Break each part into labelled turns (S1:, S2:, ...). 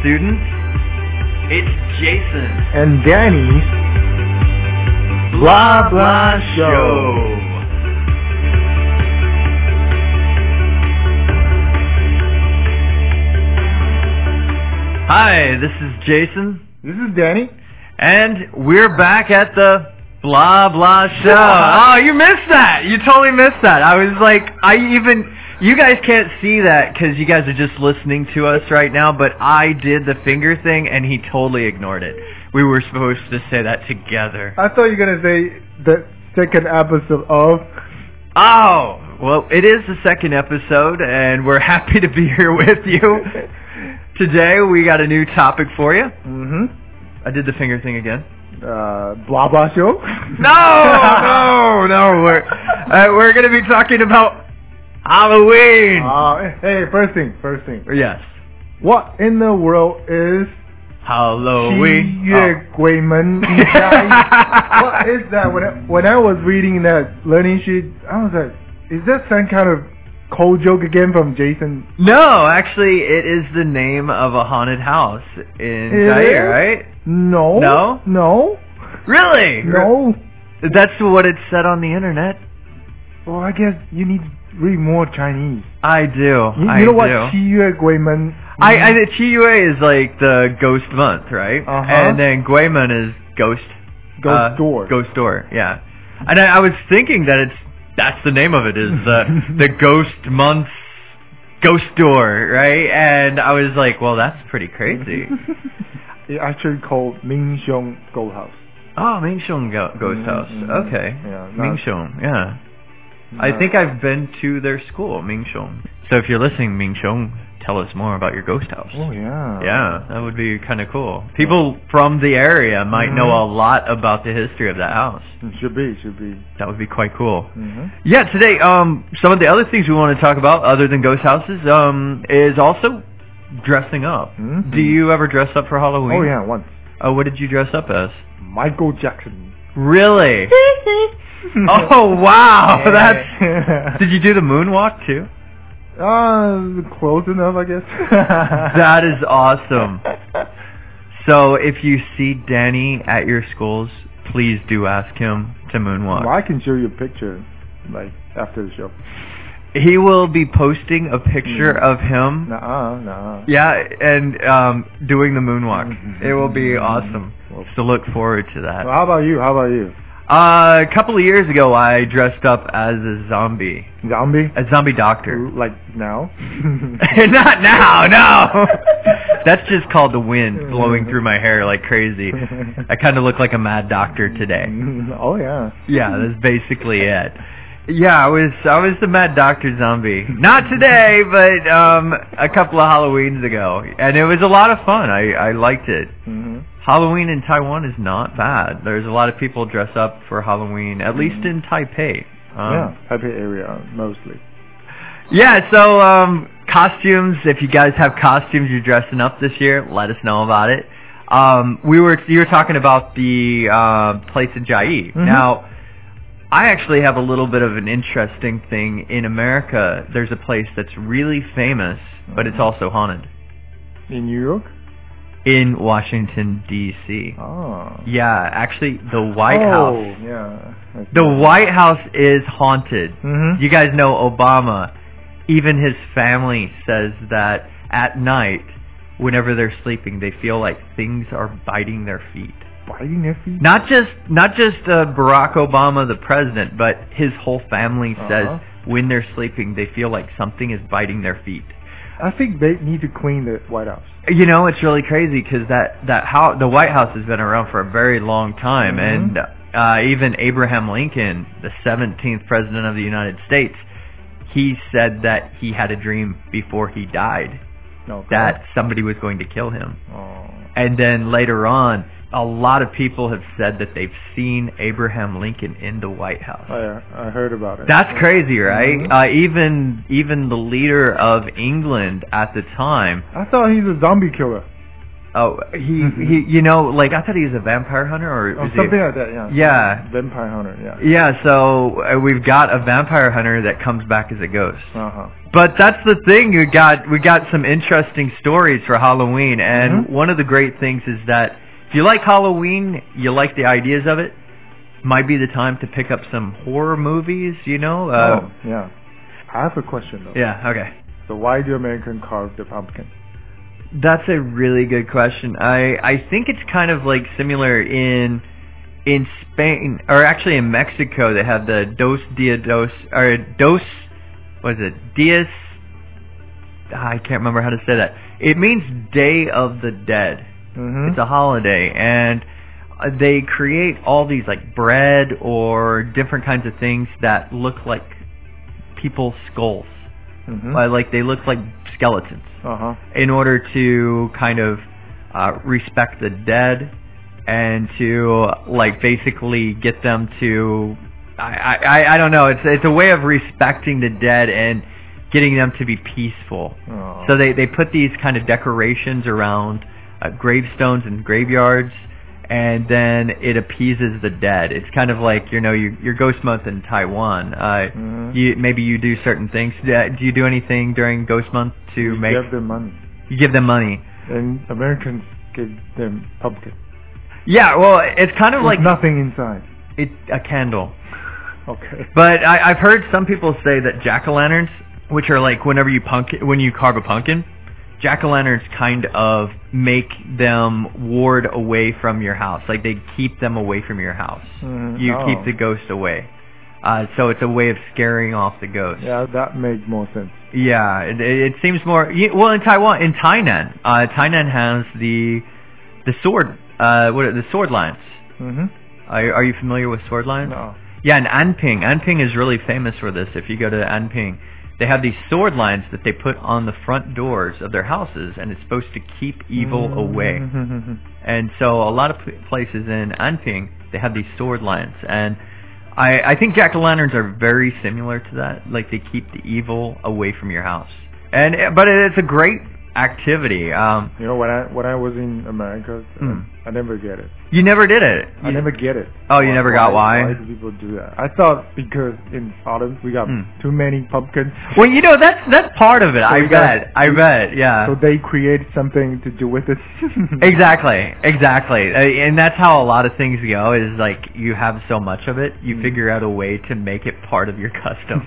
S1: students
S2: It's Jason.
S1: and Danny's Blah Blah Show. Hi, this is Jason,
S3: This is Danny.
S1: and we're back at the Blah Blah Show. Oh, you missed that! You totally missed that. I was like, I even. You guys can't see that because you guys are just listening to us right now, but I did the finger thing and he totally ignored it. We were supposed to say that together.
S3: I thought you were gonna say the second episode of.
S1: Oh, well, it is the second episode, and we're happy to be here with you. Today, we got a new topic for you.
S3: hmm
S1: I did the finger thing again.
S3: Uh, blah blah show.
S1: No, no, no. We're, uh, we're going to be talking about Halloween.
S3: Uh, hey, first thing, first thing.
S1: yes.
S3: What in the world is
S1: Halloween. Oh.
S3: 七月鬼门 What is that? When I, when I was reading that learning sheet, I was like, is that some kind of cold joke again from Jason?
S1: No, actually, it is the name of a haunted house in
S3: It
S1: Zaire,
S3: is?
S1: right?
S3: No.
S1: No?
S3: No.
S1: Really?
S3: No.
S1: That's what it said on the internet.
S3: Well, I guess you need to read more Chinese.
S1: I do.
S3: You,
S1: I
S3: you know what
S1: do.
S3: 七月鬼门
S1: I, I the TUA is like the ghost month, right?
S3: Uh-huh.
S1: And then Guiman is ghost
S3: Ghost
S1: uh,
S3: door.
S1: Ghost door, yeah. And I, I was thinking that it's that's the name of it is the the ghost month ghost door, right? And I was like, well, that's pretty crazy.
S3: It actually called Mingxiong Gold House.
S1: oh, Mingxiong go- Ghost
S3: Mhm,
S1: House.
S3: mhm.
S1: Okay.
S3: Yeah, not-
S1: Mingxiong, yeah. I think I've been to their school, Mingxiong. So if you're listening, Mingxiong, tell us more about your ghost house.
S3: Oh yeah.
S1: Yeah, that would be kind of cool. People from the area might know a
S3: Mm-hmm.
S1: lot about the history of that house.
S3: It Mm, should be. it Should be.
S1: That would be quite cool.
S3: hmm
S1: Yeah, today, um, some of the other things we want to talk about, other than ghost houses, um, is also dressing up. Hmm?
S3: Mhm.
S1: Do you ever dress up for Halloween?
S3: Oh yeah. Once
S1: Uh, what did you dress up as?
S3: Michael Jackson.
S1: Really? oh wow, that's.
S3: that's.
S1: Did you do the moonwalk too?
S3: uh, close enough, I guess.
S1: That is awesome. So if you see Danny at your schools, please do ask him to moonwalk.
S3: well, I can show you a picture, like after the show.
S1: He will be posting a picture
S3: Mm-hmm.
S1: of him.
S3: Nah, nah.
S1: Yeah, and um, doing the moonwalk.
S3: Mm-hmm.
S1: It will be awesome.
S3: Well-
S1: So look forward to that.
S3: Well, how about you? How about you?
S1: Uh, a couple of years ago, I dressed up as a zombie,
S3: Zombie?
S1: a zombie doctor.
S3: Like now?
S1: Not now, no. That's just called the wind blowing through my hair like crazy. I kind of look like a mad doctor today.
S3: oh yeah.
S1: Yeah, that's basically it. Yeah, I was I was the Mad Doctor Zombie. Not today, but um, a couple of Halloweens ago, and it was a lot of fun. I I liked it.
S3: hmm
S1: Um, Halloween in Taiwan is not bad. There's a lot of people dress up for Halloween, at least in Taipei.
S3: Mm-hmm. yeah,
S1: Um,
S3: happy area mostly.
S1: yeah, So um, costumes. If you guys have costumes you're dressing up this year, let us know about it. Um, we were you were talking about the uh, place in Jai.
S3: Mm-hmm.
S1: Now, I actually have a little bit of an interesting thing in America. There's a place that's really famous, but
S3: Mm-hmm.
S1: it's also haunted
S3: In New York?
S1: in Washington D.C.
S3: Oh.
S1: Yeah, actually, the Ah. White
S3: oh,
S1: House.
S3: Yeah.
S1: The White House is haunted.
S3: Mhm.
S1: You guys know Obama. Even his family says that at night, whenever they're sleeping, they feel like things are biting their feet.
S3: biting their feet.
S1: Not just not just uh, Barack Obama, the president, but his whole family
S3: Uh-huh.
S1: says when they're sleeping, they feel like something is biting their feet.
S3: I think they need to clean the White House.
S1: You know, it's really crazy because that that how the White House has been around for a very long time,
S3: Mhm.
S1: and uh, even Abraham Lincoln, the 17th president of the United States, he said that he had a dream before he died
S3: No.
S1: that somebody was going to kill him.
S3: Oh.
S1: And then later on, a lot of people have said that they've seen Abraham Lincoln in the White House.
S3: I, Oh, I heard about it.
S1: That's crazy, right?
S3: Mhm.
S1: Uh, even even the leader of England at the time
S3: I thought he's a zombie killer.
S1: Oh, he he. You know, like I thought he was a vampire hunter or
S3: Mm-hmm. Oh,
S1: is he-
S3: something like that, yeah.
S1: Yeah.
S3: Vampire Hunter, yeah.
S1: Yeah, so uh, we've got a vampire hunter that comes back as a ghost.
S3: Uh-huh.
S1: But that's the thing. We got we got some interesting stories for Halloween, and
S3: Mhm.
S1: one of the great things is that if you like Halloween, you like the ideas of it. Might be the time to pick up some horror movies. You know? Uh,
S3: oh, yeah. I have a question, though.
S1: Yeah. Okay.
S3: So why do Americans carve the pumpkin?
S1: That's a really good question. I I think it's kind of like similar in in Spain or actually in Mexico they have the dos dia dos or dos what is it dias I can't remember how to say that. It means Day of the Dead.
S3: Mm-hmm.
S1: It's a holiday and uh, they create all these like bread or different kinds of things that look like people's skulls.
S3: hmm
S1: Uh, like they look like skeletons
S3: Uh-huh.
S1: in order to kind of uh, respect the dead and to like basically get them to I, I, I- I don't know it's it's a way of respecting the dead and getting them to be peaceful
S3: Oh.
S1: so they they put these kind of decorations around uh, gravestones and graveyards and then it appeases the dead it's kind of like you know your, your ghost month in Taiwan uh,
S3: Mhm.
S1: you, maybe you do certain things Uh, do you do anything during ghost month to
S3: We
S1: make
S3: give them money.
S1: you give them money.
S3: And Americans give them pumpkin.
S1: Yeah, well, it's kind of
S3: With
S1: like
S3: nothing inside.
S1: it, a candle.
S3: Okay.
S1: But I, I've heard some people say that jack o' lanterns, which are like whenever you punk when you carve a pumpkin, jack o' lanterns kind of make them ward away from your house. Like they keep them away from your house.
S3: Mhm.
S1: You
S3: Oh.
S1: keep the ghost away. Uh, so it's a way of scaring off the ghost.
S3: Yeah, that made more sense.
S1: Yeah, it, it it seems more. ye- Well, in Taiwan, in Tainan, uh, Tainan has the the sword. Uh, what are the sword lines?
S3: Mm-hmm.
S1: Are, are you familiar with sword lines?
S3: No.
S1: Yeah, and Anping. Anping is really famous for this. If you go to Anping, they have these sword lines that they put on the front doors of their houses, and it's supposed to keep evil
S3: Mm. Mm-hmm.
S1: away. And so a lot of p- places in Anping, they have these sword lines. And I, I think jack-o'-lanterns are very similar to that. Like they keep the evil away from your house. And uh, But it's a great activity. Um,
S3: You know, when I when I was in America, uh,
S1: Mm.
S3: I never get it.
S1: you never did it.
S3: I
S1: You-
S3: never get it.
S1: Oh, you never got why?
S3: Why do people do that? I thought because in autumn we got
S1: Mm.
S3: too many pumpkins.
S1: Well, you know, that's that's part of it. I
S3: you gotta-
S1: bet. I bet, yeah.
S3: So they create something to do with it.
S1: Exactly, exactly, Uh, and that's how a lot of things go. Is like you have so much of it, you
S3: Mm.
S1: figure out a way to make it part of your custom.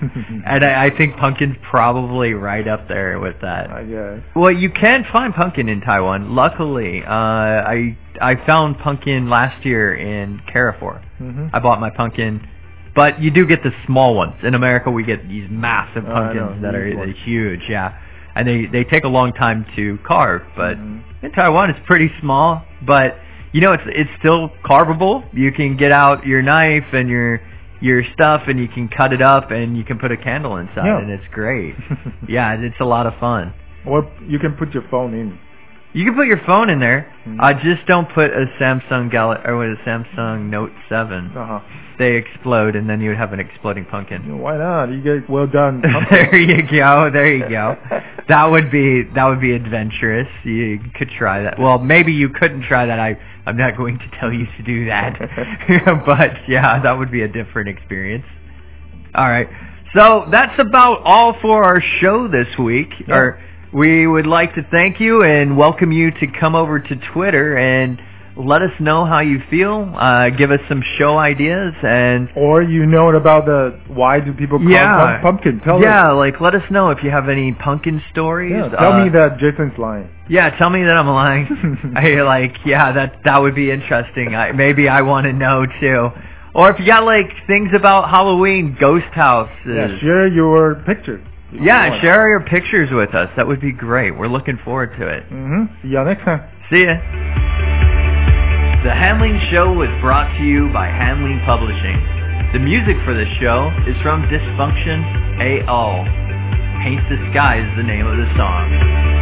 S1: and I, I think pumpkin's probably right up there with that.
S3: I guess.
S1: Well, you can find pumpkin in Taiwan. Luckily, uh, I I found pumpkin last year in Carrefour.
S3: Mm-hmm.
S1: I bought my pumpkin, but you do get the small ones. In America, we get these massive
S3: Oh, I
S1: pumpkins
S3: know,
S1: that are
S3: huge
S1: they're
S3: ones.
S1: huge, yeah, and they they take a long time to carve, but.
S3: Mhm.
S1: In Taiwan, it's pretty small, but you know it's it's still carvable. You can get out your knife and your your stuff, and you can cut it up, and you can put a candle inside,
S3: Yeah.
S1: and it's great. yeah, and it's a lot of fun.
S3: Or Mm-hmm. you can put your phone in.
S1: You can put your phone in there.
S3: Mhm.
S1: I just don't put a Samsung Gal or what, a Samsung Note Seven.
S3: Uh-huh.
S1: They explode, and then you would have an exploding pumpkin.
S3: Why not? You get well done. pumpkin.
S1: there you go. There you go. That would be that would be adventurous. You could try that. Well, maybe you couldn't try that. I I'm not going to tell you to do that. but yeah, that would be a different experience. All right. So that's about all for our show this week.
S3: Yeah.
S1: Or we would like to thank you and welcome you to come over to Twitter and let us know how you feel. Uh, give us some show ideas and
S3: Or you know about the why do people call
S1: yeah,
S3: pump- pumpkin? Tell
S1: yeah,
S3: us.
S1: like let us know if you have any pumpkin stories.
S3: Yeah, tell
S1: Uh,
S3: me that Jason's lying.
S1: Yeah, tell me that I'm lying. I like, yeah, that that would be interesting. I, maybe I want to know too. Or if you got like things about Halloween, ghost houses.
S3: Yeah, share your picture. if you
S1: Yeah,
S3: want.
S1: share your pictures with us. That would be great. We're looking forward to it.
S3: Mhm. See you next time.
S1: See ya. The Hamling Show was brought to you by Hamling Publishing. The music for this show is from Dysfunction AL. Paint the Sky is the name of the song.